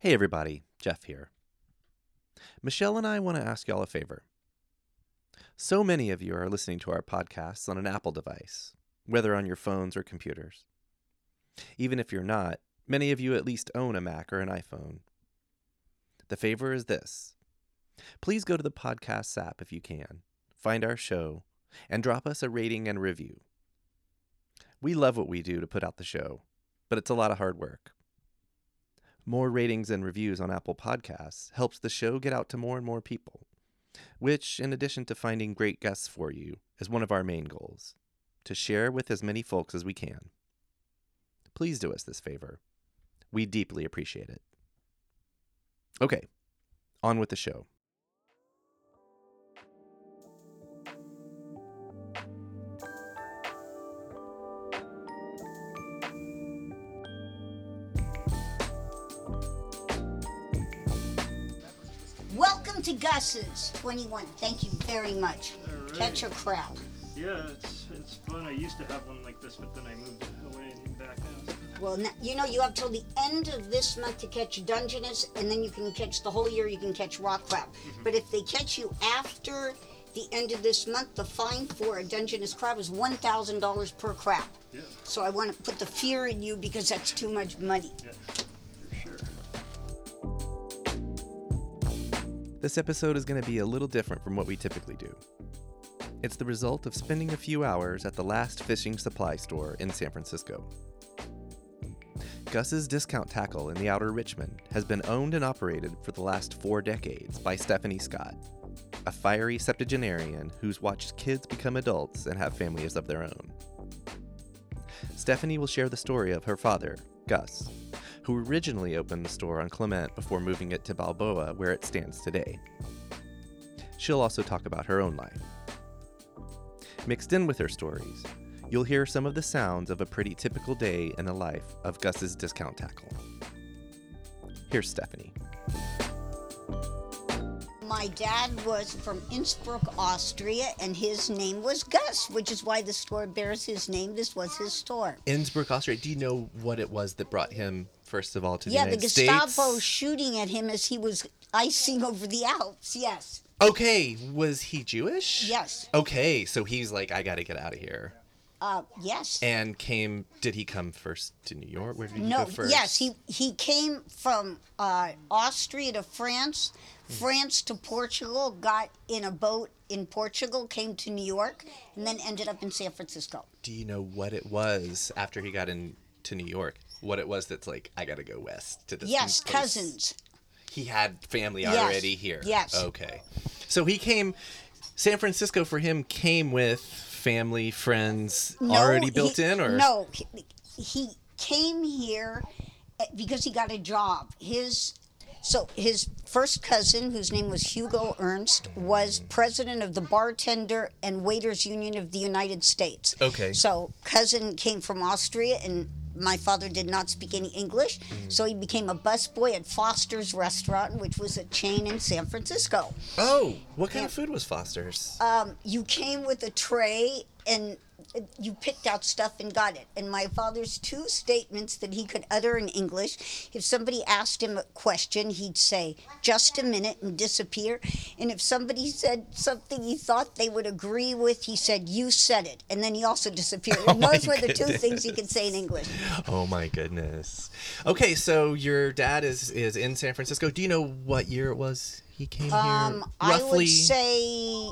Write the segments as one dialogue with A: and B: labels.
A: Hey, everybody, Jeff here. Michelle and I want to ask y'all a favor. So many of you are listening to our podcasts on an Apple device, whether on your phones or computers. Even if you're not, many of you at least own a Mac or an iPhone. The favor is this please go to the podcast app if you can, find our show, and drop us a rating and review. We love what we do to put out the show, but it's a lot of hard work. More ratings and reviews on Apple Podcasts helps the show get out to more and more people, which, in addition to finding great guests for you, is one of our main goals to share with as many folks as we can. Please do us this favor. We deeply appreciate it. Okay, on with the show.
B: Welcome to Gus's 21. Thank you very much.
C: Alright.
B: Catch a crowd.
C: Yeah, it's it's fun. I used to have one like this, but then I moved away and back now.
B: Well, n- you know, you have till the end of this month to catch Dungeness, and then you can catch the whole year, you can catch Rock Crab. But if they catch you after the end of this month, the fine for a Dungeness crab is $1,000 per crab.
C: Yeah,
B: So I want to put the fear in you because that's too much money.
C: yeah, for sure.
A: This episode is going to be a little different from what we typically do. It's the result of spending a few hours at the last fishing supply store in San Francisco. Gus's discount tackle in the outer Richmond has been owned and operated for the last four decades by Stephanie Scott, a fiery septuagenarian who's watched kids become adults and have families of their own. Stephanie will share the story of her father, Gus, who originally opened the store on Clement before moving it to Balboa, where it stands today. She'll also talk about her own life. Mixed in with her stories, you'll hear some of the sounds of a pretty typical day in the life of Gus's discount tackle. Here's Stephanie.
B: My dad was from Innsbruck, Austria, and his name was Gus, which is why the store bears his name. This was his store.
A: Innsbruck, Austria. Do you know what it was that brought him, first of all, to
B: yeah,
A: the
B: the
A: United
B: Gestapo
A: States?
B: shooting at him as he was icing over the Alps. Yes,
A: okay, was he Jewish?
B: Yes.
A: Okay, so he's like, I gotta get out of here.
B: uh, yes.
A: And came? Did he come first to New York? Where did he
B: no,
A: go first?
B: yes, he he came from uh, Austria to France,
A: Hmm.
B: France to Portugal. Got in a boat in Portugal, came to New York, and then ended up in San Francisco.
A: Do you know what it was after he got into New York? What it was that's like, I gotta go west to this.
B: Yes,
A: place.
B: cousins.
A: He had family
B: Yes,
A: already here.
B: yes.
A: Okay. So he came. San Francisco for him came with family, friends already
B: he-
A: built in, or
B: no? He, he came here eh, because he got a job. His so his first cousin, whose name was Hugo Ernst, was president of the bartender and waiters union of the United States.
A: Okay.
B: So cousin came from Austria and. My father did not speak any English,
A: Mm.
B: so he became a busboy at Foster's Restaurant, which was a chain in San Francisco
A: Oh, what kind of food was Foster's?
B: um, you came with a tray and you picked out stuff and got it. And my father's two statements that he could utter in English if somebody asked him a question, he'd say, just a minute, and disappear. And if somebody said something he thought they would agree with, he said, you said it. And then he also disappeared. And
A: Oh my
B: those were the two
A: goodness.
B: things he could say in English.
A: oh my goodness. Okay, so your dad is is in San Francisco. Do you know what year it was he came here?
B: Um, I
A: Roughly.
B: would say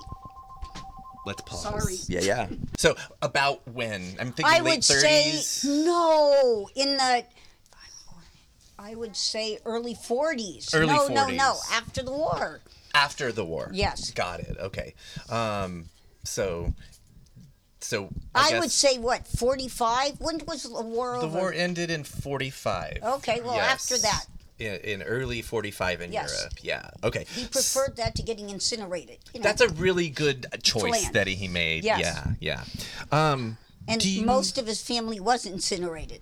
A: Let's pause.
B: Sorry.
A: Yeah, yeah. So about when? I'm thinking
B: I
A: late
B: would
A: 30s.
B: say no in the. I would say early 40s.
A: Early
B: no, no, no.
A: 40s.
B: After the war.
A: after the war.
B: Yes.
A: Got it. Okay. Um so so
B: I,
A: guess
B: would say what, 45? When was the war
A: the
B: over?
A: war ended in 45.
B: Okay, well, after that.
A: in, in early 45 in
B: Yes.
A: Europe. Yeah. Okay.
B: he preferred that to getting incinerated. You know?
A: That's a really good choice
B: Plan.
A: that he made.
B: Yes.
A: Yeah. Yeah. Um
B: and
A: do you-
B: most of his family was incinerated.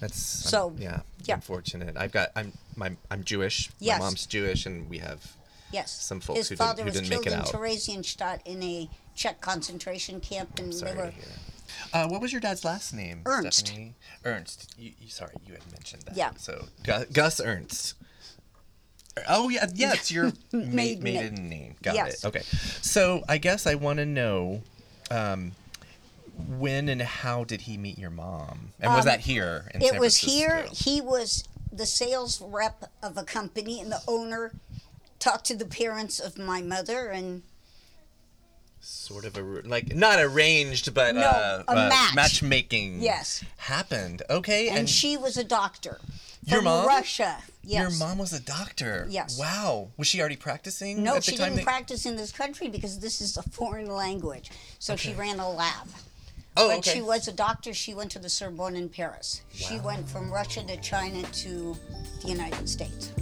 A: That's
B: So,
A: I'm- yeah,
B: yeah.
A: Unfortunate. I've got I'm my I'm Jewish.
B: Yes.
A: My mom's Jewish and we have
B: Yes.
A: Some folks
B: His
A: who didn't-
B: father
A: who
B: was
A: didn't make
B: killed
A: it
B: in
A: out.
B: Theresienstadt in a Czech concentration camp, and
A: sorry
B: they were
A: to hear. Uh, what was your dad's last name?
B: Ernst.
A: Stephanie? Ernst. You, you, sorry, you had mentioned that.
B: Yeah.
A: So Gus, Gus Ernst. Oh yeah, yeah. It's your ma-
B: Maiden
A: maiden,
B: name.
A: name. Got
B: Yes.
A: it. Okay. So I guess I want to know, um, when and how did he meet your mom? And was that here? In
B: Um, It
A: San
B: was
A: Francisco?
B: here. He was the sales rep of a company, and the owner talked to the parents of my mother, and
A: Sort of a r- like not arranged, but
B: No,
A: uh,
B: a
A: uh,
B: match.
A: matchmaking.
B: Yes.
A: Happened. Okay.
B: and,
A: And,
B: she was a doctor
A: Your
B: from
A: mom?
B: Russia. Yes.
A: your mom was a doctor.
B: Yes.
A: Wow. Was she already practicing?
B: No,
A: at the
B: she
A: time that-
B: didn't practice in this country because this is a foreign language. So she ran a lab.
A: Oh,
B: But
A: okay.
B: she was a doctor. She went to the Sorbonne in Paris. She went from Russia to China to the United States.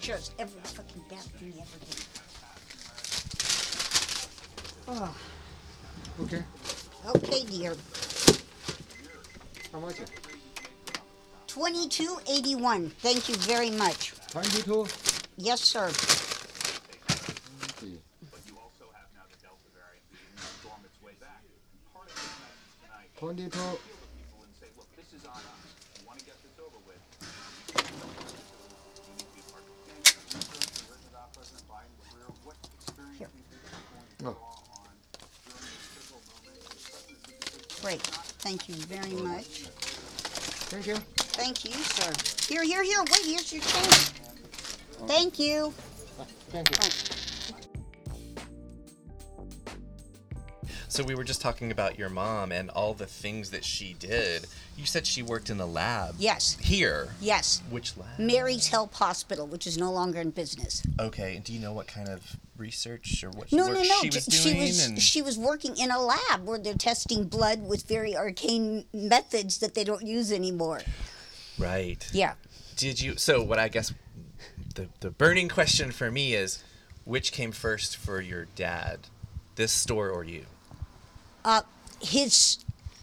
B: Shows every fucking bathroom you ever did.
D: Okay.
B: Okay, dear.
D: How much?
B: 2281. Thank you very much.
D: Thank you too.
B: Yes, sir.
D: Twenty two. No.
B: Great. Thank you very much.
D: Thank you.
B: Thank you, sir. Here, here, here. Wait, here's your change. Thank you.
D: Thank you.
A: So we were just talking about your mom and all the things that she did. You said she worked in the lab.
B: Yes.
A: Here.
B: Yes.
A: Which lab?
B: Mary's Help Hospital, which is no longer in business.
A: Okay. And do you know what kind of research or what
B: No,
A: work
B: no, no.
A: she was
B: J-
A: doing?
B: she was
A: and...
B: she was working in a lab where they're testing blood with very arcane methods that they don't use anymore.
A: Right.
B: Yeah.
A: Did you? So what I guess the the burning question for me is, which came first for your dad, this store or you?
B: His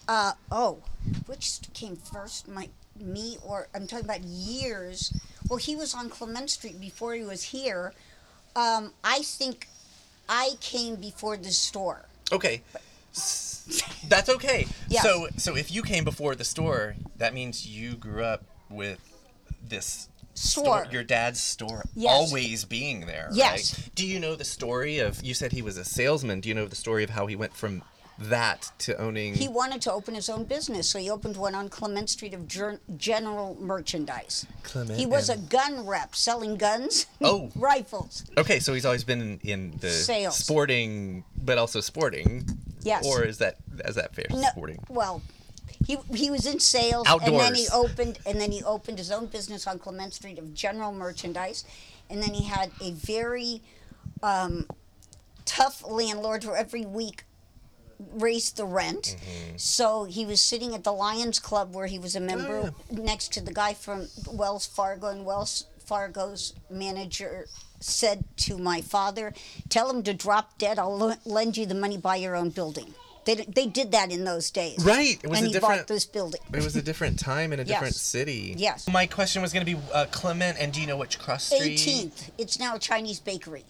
B: uh oh, which came first, my me or I'm talking about years. Well, he was on Clement Street before he was here. Um, I think I came before the store.
A: Okay. S- That's okay.
B: Yes.
A: So so if you came before the store, that means you grew up with this
B: Store.
A: your dad's store
B: Yes.
A: always being there.
B: Yes.
A: Right? Do you know the story of you said he was a salesman. Do you know the story of how he went from that to owning
B: He wanted to open his own business, so he opened one on Clement Street of ger- general merchandise.
A: Clement
B: He was a
A: and-
B: gun rep selling guns,
A: Oh.
B: rifles.
A: Okay, so he's always been in, in the
B: Sales.
A: sporting but also sporting.
B: Yes.
A: Or is that is that fair?
B: No,
A: Sporting.
B: Well, he he was in sales, and then he
A: Outdoors.
B: opened and then he opened his own business on Clement Street of general merchandise, and then he had a very um, tough landlord who every week raised the rent.
A: Mm-hmm.
B: So he was sitting at the Lions Club where he was a
A: Oh,
B: member next to the guy from Wells Fargo and Wells Fargo's manager said to my father, "Tell him to drop dead. I'll l- lend you the money buy your own building." They, d- they did that in those days.
A: Right, it was
B: and
A: a
B: he bought
A: different-
B: this building.
A: It was a different time in a different
B: Yes.
A: city.
B: Yes.
A: My question was going to be uh, Clement, and do you know which cross street?
B: 18th. It's now a Chinese bakery.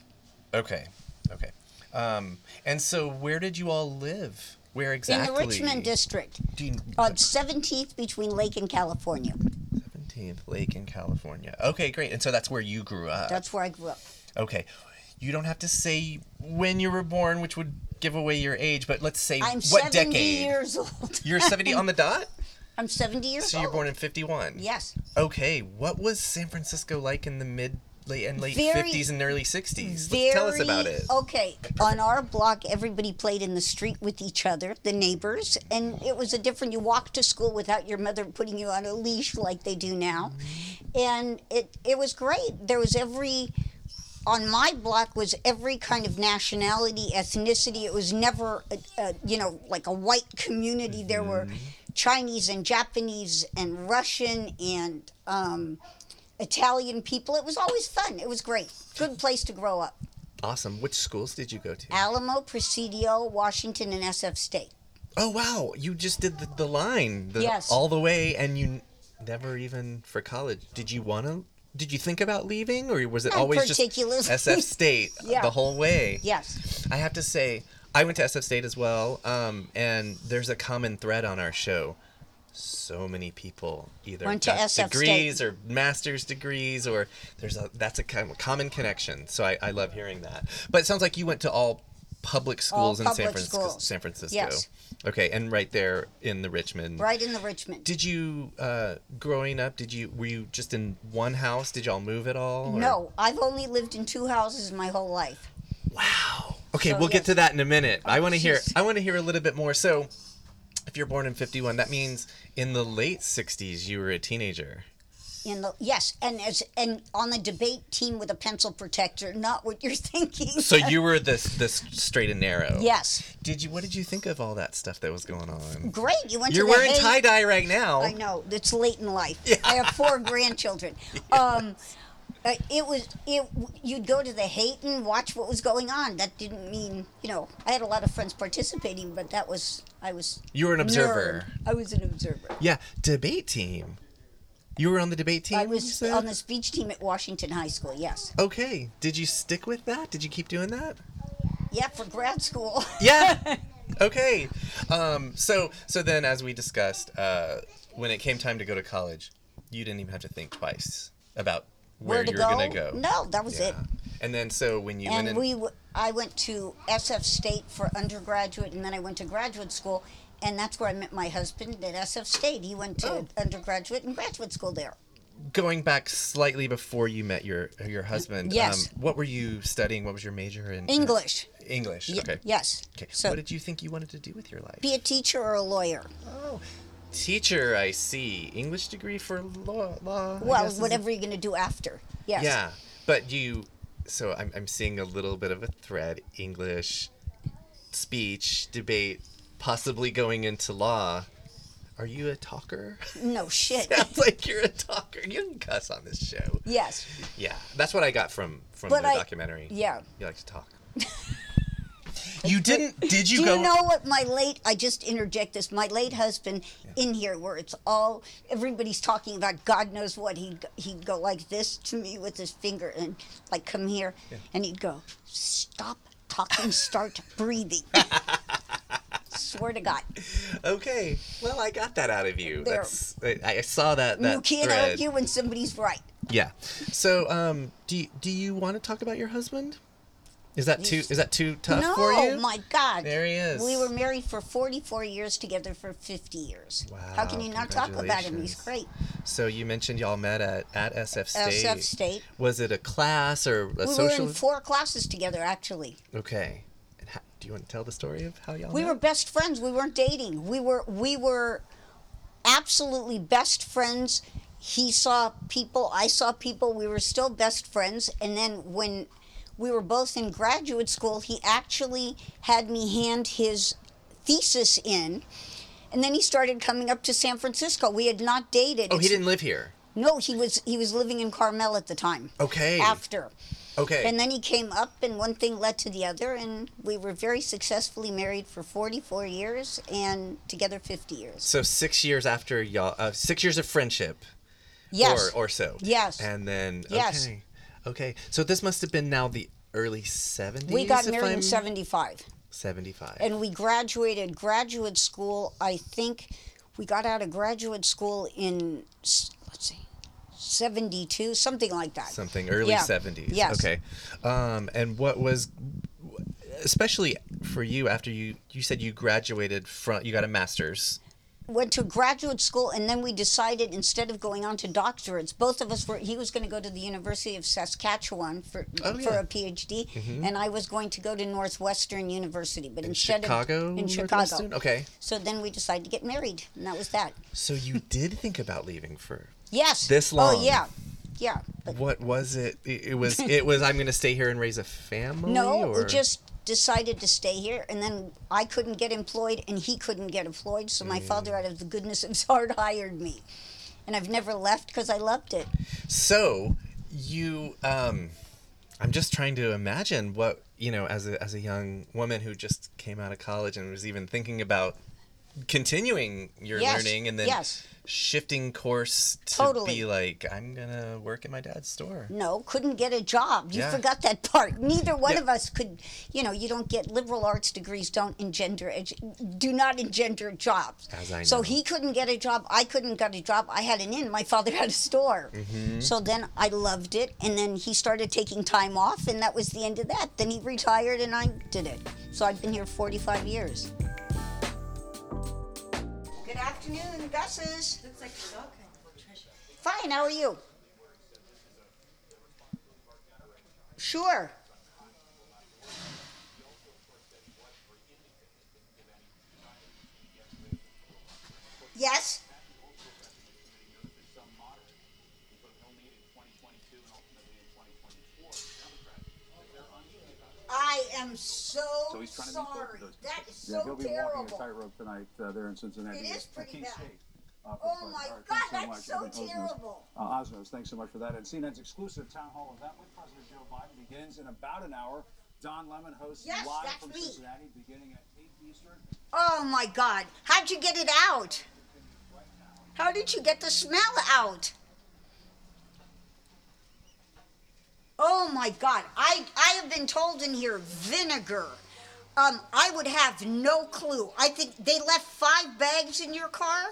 A: Okay. Okay. Um, and so where did you all live? Where exactly?
B: In the Richmond district.
A: Do you,
B: On 17th between Lake and California.
A: 17th Lake in California. Okay, great. And so that's where you grew up.
B: That's where I grew up.
A: okay. You don't have to say when you were born, which would give away your age, but let's say
B: I'm
A: what
B: 70
A: decade.
B: years old.
A: You're 70 on the dot?
B: I'm 70 years
A: So you're
B: old.
A: born in 51.
B: Yes.
A: Okay, what was San Francisco like in the mid late and late
B: Very-
A: 50s and early 60s?
B: Very,
A: Tell us about it.
B: Okay. On our block, everybody played in the street with each other, the neighbors, and it was a different. You walked to school without your mother putting you on a leash like they do now,
A: Mm-hmm.
B: and it it was great. There was every. On my block was every kind of nationality, ethnicity. It was never, a, a, you know, like a white community. There were
A: Mm-hmm.
B: Chinese and Japanese and Russian and um, Italian people. It was always fun. It was great. Good place to grow up.
A: Awesome. Which schools did you go to?
B: Alamo, Presidio, Washington, and SF State.
A: Oh wow, you just did the, the line the,
B: Yes.
A: all the way, and you n- never even for college. Did you want to? Did you think about leaving, or was it
B: Not
A: always
B: particularly.
A: just SF State
B: Yeah.
A: the whole way?
B: Yes.
A: I have to say, I went to SF State as well, um, and there's a common thread on our show. so many people either
B: Went to
A: got
B: SF
A: degrees or master's degrees or there's a that's a kind of common connection. So I, I love hearing that. But it sounds like you went to all public schools in San
B: public
A: Francisco.
B: schools.
A: San Francisco.
B: Yes.
A: Okay, and right there in the Richmond.
B: right in the Richmond.
A: Did you uh, growing up? Did you were you just in one house? Did y'all move at all? or-
B: No, I've only lived in two houses my whole life.
A: Wow. Okay,
B: So,
A: we'll
B: yes.
A: get to that in a minute. I want to hear.
B: jeez.
A: I want to hear a little bit more. So, if you're born in '51, that means in the late '60s you were a teenager.
B: In the yes, and as and on the debate team with a pencil protector, not what you're thinking.
A: So you were the the straight and narrow.
B: yes,
A: Did you? What did you think of all that stuff that was going on?
B: great. You went.
A: You're
B: to the
A: wearing
B: Hay-
A: tie dye right now.
B: I know it's late in life. I have four grandchildren. Um, uh, it was it. You'd go to the Hayton, watch what was going on. That didn't mean you know. I had a lot of friends participating, but that was I was.
A: You were an observer.
B: nerd. I was an observer.
A: Yeah, debate team. You were on the debate team.
B: I
A: you
B: was
A: said?
B: on the speech team at Washington High School. Yes.
A: Okay. Did you stick with that? Did you keep doing that?
B: Yeah, for grad school.
A: yeah okay um, so so then as we discussed uh, when it came time to go to college you didn't even have to think twice about where,
B: to
A: you were gonna go
B: No, that was
A: yeah.
B: it.
A: and then so when you went
B: And
A: in
B: we, w- I went to SF State for undergraduate, and then I went to graduate school, and that's where I met my husband at SF State. He went to
A: Oh.
B: undergraduate and graduate school there.
A: going back slightly before you met your your husband
B: Yes.
A: um, what were you studying what was your major in uh,
B: English.
A: english
B: Ye-
A: okay
B: Yes.
A: okay
B: So
A: what did you think you wanted to do with your life
B: be a teacher or a lawyer.
A: oh teacher i see english degree for law, law I
B: well,
A: guess, is-
B: whatever you're going to do after. Yes.
A: Yeah, but you. So I'm I'm seeing a little bit of a thread: English, speech, debate, possibly going into law. Are you a talker?
B: No shit.
A: Sounds like you're a talker. You can cuss on this show.
B: yes.
A: Yeah, that's what I got from from
B: But
A: the
B: I-
A: documentary.
B: yeah.
A: you like to talk. you didn't? Did you
B: Do
A: go?
B: you know what my late? I just interject this. My late husband in here, where it's all everybody's talking about God knows what. He'd go- he'd go like this to me with his finger and like come here, and he'd go, "Stop talking, start breathing." Swear to God,
A: Okay. Well, I got that out of you.
B: There.
A: That's I, I saw that. that
B: you can't
A: thread.
B: argue when somebody's right.
A: Yeah. So, um, do you, do you want to talk about your husband? Is that too is that too tough
B: no,
A: for you?
B: my God,
A: There he is.
B: We were married for forty-four years, together for fifty years. How can
A: Wow,
B: you not talk about him? He's
A: congratulations.
B: great.
A: So you mentioned y'all met at, at SF State.
B: SF State.
A: Was it a class or a
B: We
A: social?
B: were in four classes together, actually.
A: okay. And how, do you want to tell the story of how y'all
B: We
A: met?
B: were best friends. We weren't dating. We were we were absolutely best friends. He saw people, I saw people. We were still best friends. And then when we were both in graduate school, he actually had me hand his thesis in. And then he started coming up to San Francisco. We had not dated.
A: Oh, he
B: It's-
A: didn't live here.
B: No, he was he was living in Carmel at the time.
A: Okay.
B: After.
A: okay.
B: And then he came up, and one thing led to the other, and we were very successfully married for 44 years and together 50 years.
A: so six years after y'all, uh, six years of friendship,
B: Yes.
A: or or so.
B: Yes.
A: And then
B: Yes.
A: okay, okay. So this must have been now the early seventies.
B: we got married in 75,
A: Seventy-five.
B: and we graduated graduate school. I think we got out of graduate school in, s- let's see, 72, something like that.
A: something early
B: Yeah.
A: 70s
B: Yes.
A: okay um, and what was especially for you after you you said you graduated from you got a master's
B: went to graduate school and then we decided instead of going on to doctorates both of us were he was going to go to the university of saskatchewan for,
A: Oh,
B: for
A: yeah. Mm-hmm.
B: a phd and i was going to go to northwestern university but instead
A: chicago
B: of in
A: Northwestern?
B: chicago
A: okay
B: so then we decided to get married and that was that
A: so you did think about leaving for
B: yes
A: This
B: oh
A: long.
B: yeah yeah but
A: what was it it, it was it was i'm gonna stay here and raise a family
B: no
A: or
B: we just decided to stay here and then i couldn't get employed and he couldn't get employed so
A: Mm.
B: my father out of the goodness of his heart hired me and i've never left because i loved it
A: so you um i'm just trying to imagine what you know as a as a young woman who just came out of college and was even thinking about continuing your
B: Yes,
A: learning and then
B: yes.
A: shifting course to
B: Totally.
A: be like, I'm gonna work at my dad's store.
B: No, couldn't get a job. You
A: Yeah.
B: forgot that part. Neither one
A: Yeah.
B: of us could, you know, you don't get liberal arts degrees, don't engender, edu- do not engender jobs.
A: As I
B: So
A: know.
B: he couldn't get a job. I couldn't get a job. I had an inn. My father had a store.
A: Mm-hmm.
B: So then I loved it. And then he started taking time off, and that was the end of that. Then he retired, and I did it. So I've been here 45 years. Good afternoon, Gus's.
E: Looks like you're all kinds of treasure.
B: Fine, how are you? Sure. Yes? I am so,
F: So he's trying to make both
B: sorry.
F: of those.
B: That is so
F: Yeah, he'll be walking a
B: terrible.
F: tightrope tonight uh, there in Cincinnati.
B: It
F: It's
B: is pretty
F: a key
B: bad.
F: state, uh, for
B: Oh
F: Florida.
B: my
F: All right,
B: God,
F: thanks
B: that's
F: much,
B: so
F: Evan Osnos.
B: terrible.
F: Uh, Osnos, thanks so much for that. And CNN's exclusive town hall event with President Joe Biden begins in about an hour. Don Lemon hosts
B: Yes,
F: live
B: that's
F: from
B: me.
F: Cincinnati beginning at 8 Eastern.
B: Oh my God. How'd you get it out? How did you get the smell out? Oh my God. I, I have been told in here vinegar. Um, I would have no clue. I think they left five bags in your car.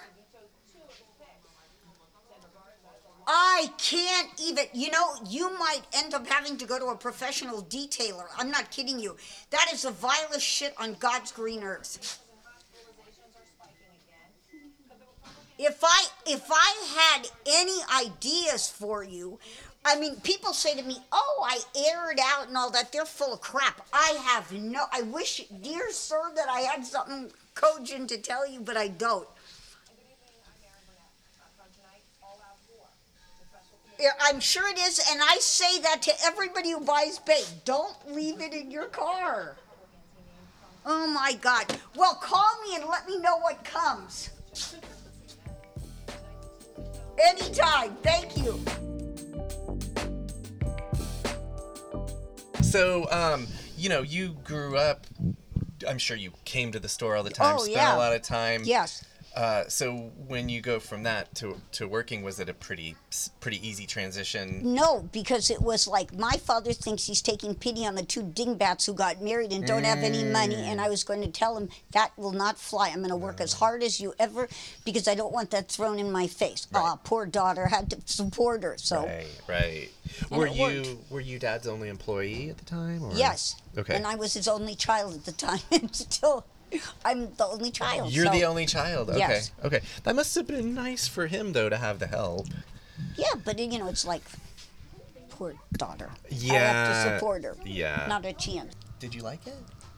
B: I can't even, you know, you might end up having to go to a professional detailer. I'm not kidding you. That is the vilest shit on God's green earth. If I if I had any ideas for you, I mean, people say to me, "Oh, I aired out and all that." They're full of crap. I have no. I wish, dear sir, that I had something cogent to tell you, but I don't. Yeah, I'm sure it is, and I say that to everybody who buys bait. Don't leave it in your car. Oh my God. Well, call me and let me know what comes. Anytime. Thank you.
A: So, um, you know, you grew up. I'm sure you came to the store all the time,
B: Oh,
A: spent
B: yeah.
A: a lot of time.
B: Yes.
A: Uh, so when you go from that to to working, was it a pretty s- pretty easy transition?
B: No, because it was like my father thinks he's taking pity on the two dingbats who got married and don't have any money. And I was going to tell him that will not fly. I'm going to work as hard as you ever because I don't want that thrown in my face. Ah, poor daughter had to support her. So
A: Right, right. Were
B: Oh. it
A: you
B: worked.
A: were you dad's only employee at the time? Or?
B: yes,
A: Okay.
B: And I was his only child at the time, and still, I'm the only child.
A: You're the
B: so-
A: only child. Okay.
B: Yes.
A: Okay. That must have been nice for him though to have the help.
B: Yeah, but you know, it's like poor daughter. I have to
A: Yeah,
B: support her.
A: yeah.
B: Not a chance.
A: Did you like it?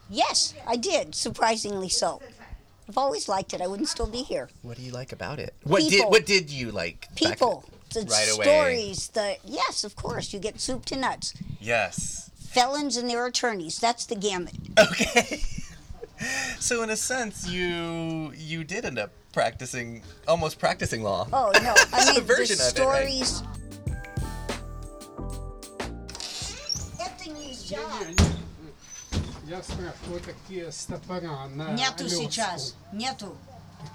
B: Yes, I did. Surprisingly so. I've always liked it. I wouldn't still be here.
A: What do you like about it? What did
B: People.
A: what did you like? back-
B: People, the
A: Right away.
B: stories, the yes, of course, you get soup to nuts.
A: Yes.
B: Felons and their attorneys. That's the gamut.
A: Okay. so in a sense, you you did end up practicing almost practicing law.
B: Oh no! I mean, the
A: version of it, right?
B: stories. Effing these jobs.
D: Я спрашиваю, какие стопора на
B: Нету
D: Алёску?
B: сейчас. Нету.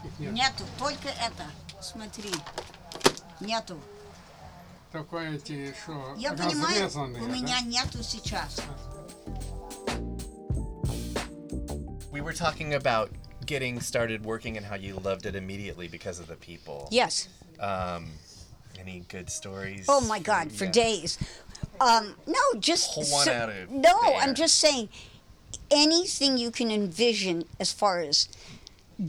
D: Их нет.
B: Нету. Только это. Смотри. Нету.
D: Только эти, что
B: Я понимаю,
D: разрезанные,
B: у
D: да?
B: меня нету сейчас.
A: We were talking about getting started working and how you loved it immediately because of the people.
B: Yes.
A: Um, any good stories?
B: Oh my God, for
A: Yeah.
B: days. Um, no, just
A: Pull one out of
B: no. I'm
A: there.
B: just saying, anything you can envision as far as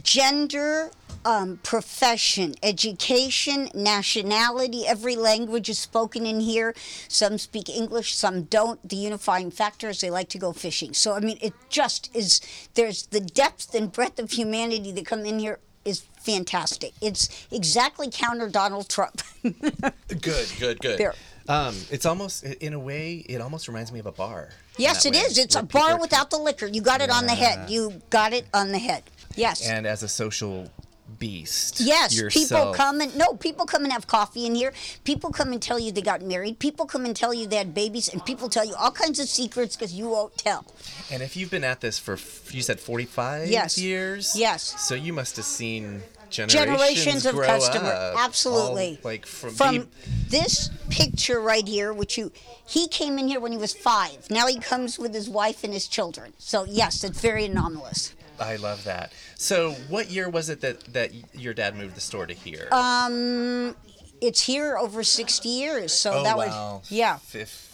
B: gender, um, profession, education, nationality. Every language is spoken in here. Some speak English, some don't. The unifying factor is they like to go fishing. So I mean, it just is. There's the depth and breadth of humanity that come in here is fantastic. It's exactly counter Donald Trump.
A: Good, good, good.
B: There.
A: Um, it's almost in a way. It almost reminds me of a bar. in
B: Yes,
A: that
B: it
A: way,
B: is. It's
A: where
B: a
A: people
B: bar
A: are-
B: without the liquor. You got it on the head. You got it on the head. Yes.
A: And as a social beast.
B: Yes, people
A: yourself.
B: come and no, people come and have coffee in here. People come and tell you they got married. People come and tell you they had babies, and people tell you all kinds of secrets because you won't tell.
A: And if you've been at this for, f- you said 45
B: Yes.
A: years?
B: Yes.
A: So you must have seen generations,
B: Generations of
A: grow
B: customer,
A: up,
B: absolutely.
A: all, like from,
B: From
A: being-
B: this picture right here, which you he came in here when he was five. Now he comes with his wife and his children. So yes, it's very anomalous.
A: I love that. So what year was it that, that your dad moved the store to here?
B: Um, It's here over sixty years. So
A: oh,
B: that
A: wow.
B: was yeah.
A: Fif-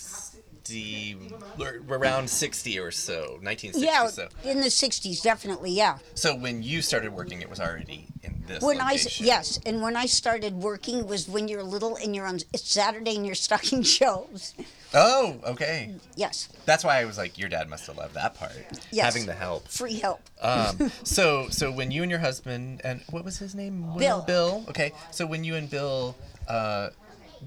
A: 60, or around 60 or so, 1960
B: Yeah,
A: so.
B: in the 60s, definitely, yeah.
A: So when you started working, it was already in this
B: When I
A: location.
B: yes, and when I started working was when you're little and you're on it's Saturday and you're stocking shelves.
A: Oh, okay.
B: Yes,
A: That's why I was like, your dad must have loved that part.
B: Yes.
A: Having the help.
B: free help.
A: Um, so, so when you and your husband and what was his name?
B: Bill.
A: Will, Bill. Okay. So when you and Bill uh,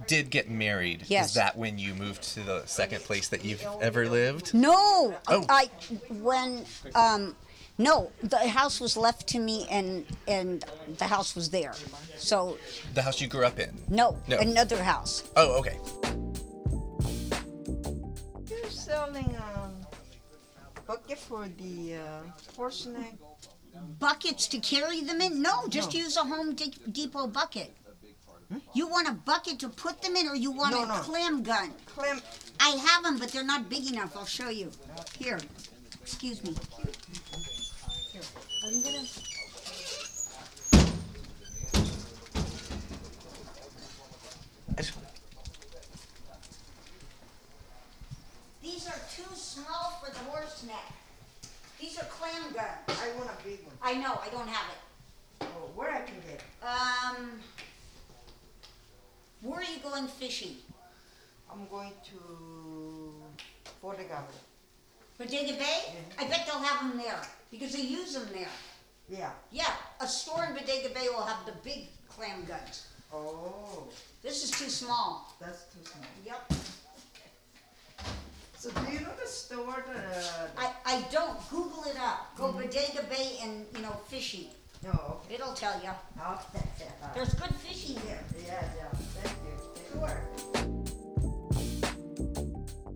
A: did get married,
B: Yes.
A: is that when you moved to the second place that you've ever lived?
B: No,
A: Oh.
B: I when um no, the house was left to me and and the house was there. So
A: The house you grew up in.
B: no,
A: No.
B: another house.
A: Oh, okay.
E: You're selling um, bucket for the uh, horse neck.
B: Buckets to carry them in? No, just use a Home De- Depot bucket. You want a bucket to put them in, or you want
E: No,
B: a
E: no.
B: clam gun?
E: Clem,
B: I have them, but they're not big enough. I'll show you. Here. Excuse me. Here. I'm gonna. These are too small for the horse neck. These are clam guns.
E: I want a big one.
B: I know, I don't have it.
E: Oh, where I can get? it?
B: Um, where are you going fishing?
E: I'm going to Portugal.
B: Bodega Bay? I bet they'll have them there because they use them there.
E: Yeah.
B: Yeah, a store in Bodega Bay will have the big clam guns.
E: Oh,
B: This is too small.
E: that's too small.
B: Yep.
E: So do you know the store? uh, The,
B: I, I don't. Google it up. Go Bodega Bay and, you know, fishing.
E: no.
B: It'll tell you.
E: No. yeah,
B: There's good fishing there.
E: yeah. Thank you.
B: Sure.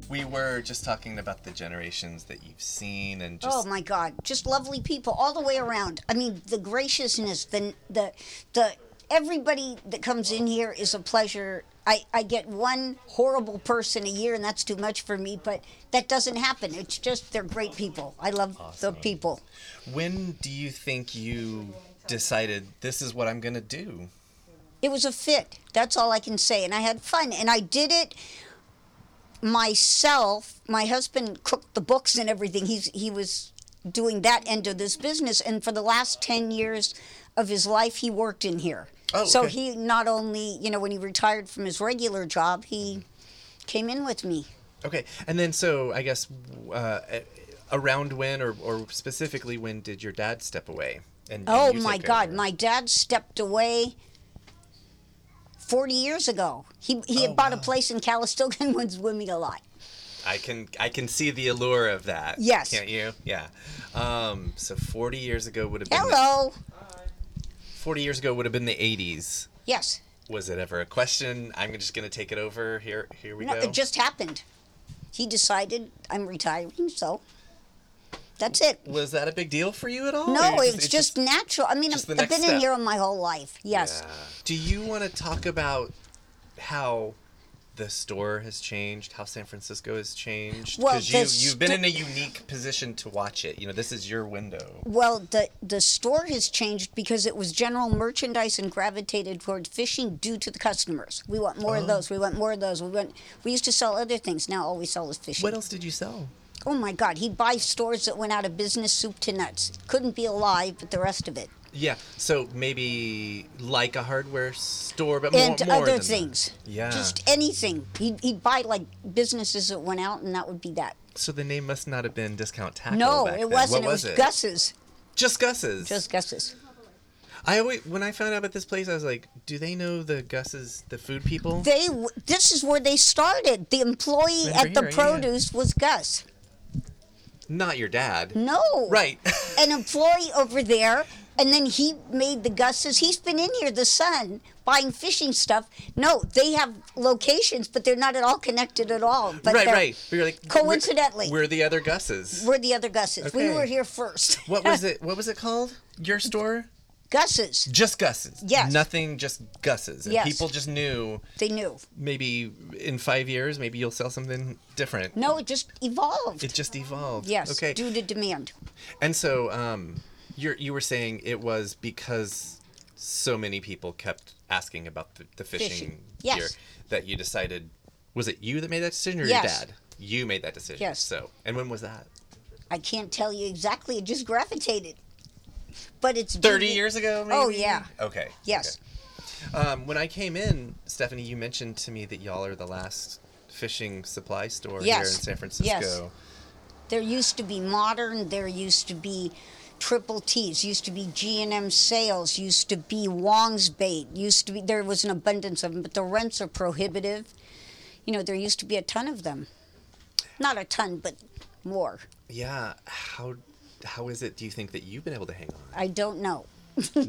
A: We were just talking about the generations that you've seen and just
B: Oh my God! Just lovely people all the way around. I mean, the graciousness, the the the everybody that comes in here is a pleasure. I, I get one horrible person a year, and that's too much for me. But that doesn't happen. It's just they're great people. I love the people.
A: When do you think you decided this is what I'm going to do?
B: It was a fit. That's all I can say. And I had fun, and I did it myself. My husband cooked the books and everything. He's he was doing that end of this business, and for the last ten years of his life, he worked in here.
A: Oh,
B: so
A: okay.
B: he not only you know when he retired from his regular job, he came in with me.
A: Okay. And then so I guess uh, around when or, or specifically when did your dad step away? And, and
B: Oh
A: you
B: my
A: take
B: God!
A: over?
B: My dad stepped away forty years ago. He he
A: Oh,
B: had bought a place in Calistoga and was swimming a lot.
A: I can I can see the allure of that.
B: Yes.
A: Can't you? Yeah. Um, so 40 years ago would have been
B: Hello.
A: 40 years ago would have been the 80s.
B: Yes.
A: Was it ever a question? I'm just going to take it over. Here here we
B: No,
A: go.
B: it just happened. He decided I'm retiring, so that's it.
A: Was that a big deal for you at all?
B: No,
A: Or you
B: it's just natural. I mean,
A: just the
B: I've I've
A: next
B: been in
A: step.
B: here my whole life. Yes.
A: Yeah. Do you want to talk about how the store has changed, how San Francisco has changed?
B: Well,
A: Because you,
B: the
A: you've been
B: sto-
A: in a unique position to watch it. You know, this is your window.
B: Well, the the store has changed because it was general merchandise and gravitated toward fishing due to the customers. We want more
A: Oh.
B: of those. We want more of those. We want. We used to sell other things. Now all we sell is fishing.
A: What else did you sell?
B: Oh my God! He'd buy stores that went out of business, soup to nuts. Couldn't be alive, but the rest of it.
A: Yeah, so maybe like a hardware store, but
B: and
A: more, more
B: other
A: than that.
B: things.
A: Yeah.
B: Just anything. He'd, he'd buy like businesses that went out, and that would be that.
A: So the name must not have been Discount Tackle.
B: no,
A: back
B: it
A: then.
B: wasn't.
A: What
B: it was,
A: was
B: Gus's.
A: Just Gus's.
B: Just Gus's.
A: I always when I found out about this place, I was like, do they know the Gus's, the food people?
B: They. w- This is where they started. The employee
A: Right
B: at the
A: here, yeah.
B: produce was Gus.
A: not your dad.
B: No.
A: Right.
B: An employee over there And then he made the Gus's. He's been in here, the son, buying fishing stuff. No, they have locations, but they're not at all connected at all. But
A: right,
B: they're-
A: right. We were like we're-
B: coincidentally.
A: We're, the other Gusses.
B: We're the other Gus's. We
A: Okay.
B: were here first.
A: what was it? What was it called? Your store?
B: Gus's.
A: Just Gusses.
B: Yes.
A: Nothing. Just Gusses. And
B: Yes.
A: People just knew.
B: They knew.
A: Maybe in five years, maybe you'll sell something different.
B: No, it just evolved.
A: It just evolved.
B: yes,
A: Okay.
B: due to demand.
A: And so, um, you you were saying it was because so many people kept asking about the, the fishing,
B: Fishing. Yes.
A: gear that you decided. Was it you that made that decision, or your
B: Yes.
A: dad? You made that decision.
B: Yes.
A: So, and when was that?
B: I can't tell you exactly. It just gravitated. But it's due
A: Thirty
B: to-
A: years ago. Maybe?
B: Oh, yeah.
A: Okay.
B: Yes.
A: okay. Um, when I came in, Stephanie, you mentioned to me that y'all are the last fishing supply store here in
B: Yes.
A: San Francisco.
B: There used to be modern. There used to be triple T's. Used to be G and M sales. Used to be Wong's bait. Used to be there was an abundance of them, but the rents are prohibitive. You know, there used to be a ton of them. Not a ton, but more.
A: Yeah. How how is it? Do you think that you've been able to hang on?
B: I don't know.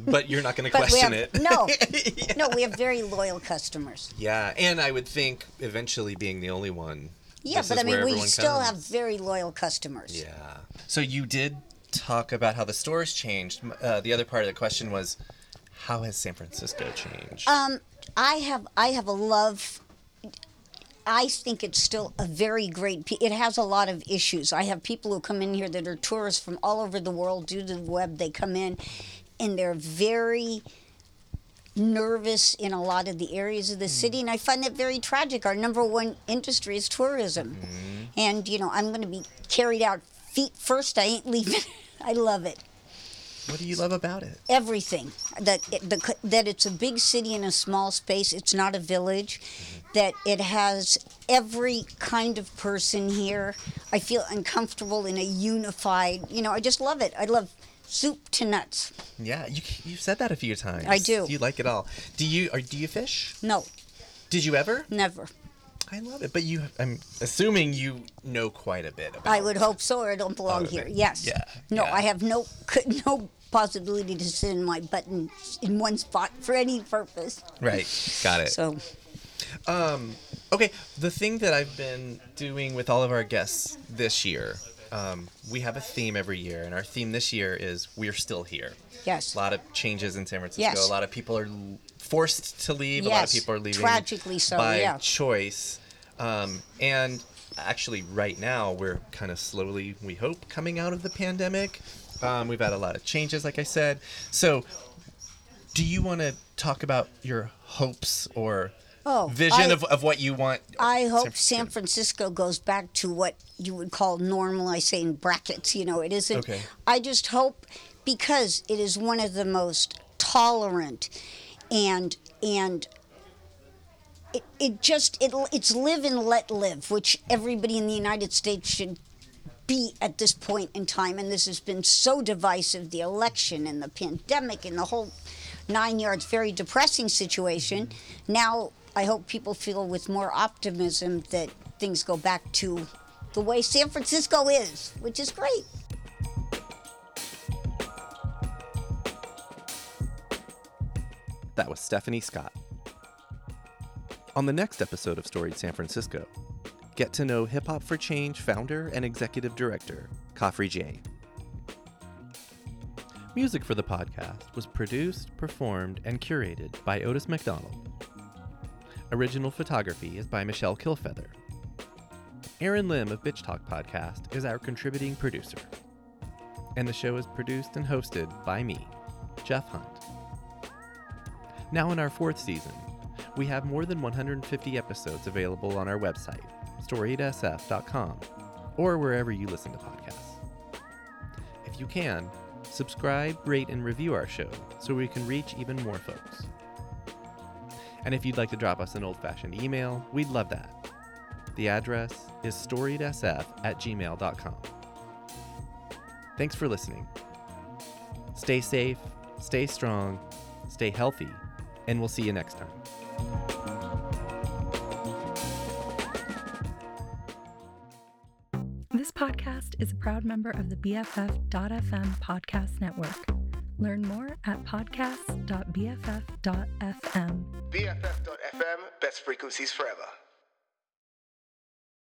A: But you're not going to
B: But
A: question
B: we have
A: it.
B: no, no. We have very loyal customers.
A: Yeah, and I would think eventually being the only one.
B: Yeah,
A: this
B: but
A: is
B: I mean,
A: where
B: we
A: everyone
B: still
A: comes.
B: have very loyal customers.
A: Yeah. So you did talk about how the stores changed. M- Uh, the other part of the question was, how has San Francisco changed?
B: Um, I have I have a love. I think it's still a very great. pe- It has a lot of issues. I have people who come in here that are tourists from all over the world due to the web. They come in, and they're very nervous in a lot of the areas of the city, and I find that very tragic. Our number one industry is tourism, and you know I'm going to be carried out feet first. I ain't leaving. I love it
A: what do you love about it?
B: everything that it, the, c- that it's a big city in a small space it's not a village
A: Mm-hmm.
B: that it has every kind of person here i feel uncomfortable in a unified you know i just love it i love soup to nuts
A: Yeah, you you've said that a few times.
B: I do.
A: You like it all. Do you or do you fish?
B: no
A: Did you ever?
B: never
A: I love it, but you I'm assuming you know quite a bit about.
B: i would hope so or i don't belong
A: Oh,
B: here
A: okay.
B: yes
A: Yeah,
B: no
A: yeah.
B: i have no could no possibility to sit in my button in one spot for any purpose
A: Right. Got it.
B: so
A: Okay, the thing that I've been doing with all of our guests this year, um, we have a theme every year, and our theme this year is "We're Still Here."
B: yes
A: A lot of changes in San Francisco.
B: Yes.
A: A lot of people are l- forced to leave. A lot of
B: Yes,
A: people are leaving
B: tragically so,
A: by
B: yeah.
A: choice. Um, and actually, right now we're kind of slowly, we hope, coming out of the pandemic. Um, we've had a lot of changes, like I said. So, do you want to talk about your hopes or
B: Oh,
A: vision
B: I-
A: of, of what you want?
B: I hope
A: Francisco.
B: San Francisco goes back to what you would call normal. I say in brackets, you know, it isn't.
A: Okay.
B: I just hope because it is one of the most tolerant and and it, it just it it's live and let live, which everybody in the United States should be at this point in time and this has been so divisive the election and the pandemic and the whole nine yards very depressing situation now i hope people feel with more optimism that things go back to the way san francisco is which is great
A: That was Stephanie Scott. On the next episode of Storied San Francisco, get to know Hip Hop for Change founder and executive director, Kafri J. Music for the podcast was produced, performed, and curated by Otis McDonald. Original photography is by Michelle Kilfeather. Aaron Lim of Bitch Talk Podcast is our contributing producer. And the show is produced and hosted by me, Jeff Hunt. Now in our fourth season, we have more than 150 episodes available on our website, storiedsf.com, or wherever you listen to podcasts. If you can, subscribe, rate, and review our show so we can reach even more folks. And if you'd like to drop us an old fashioned email, we'd love that. The address is storiedsf at gmail.com. Thanks for listening. Stay safe, stay strong, stay healthy, and we'll see you next time.
G: This podcast is a proud member of the BFF.FM podcast network. Learn more at podcasts.bff.fm.
H: BFF.FM, best frequencies forever.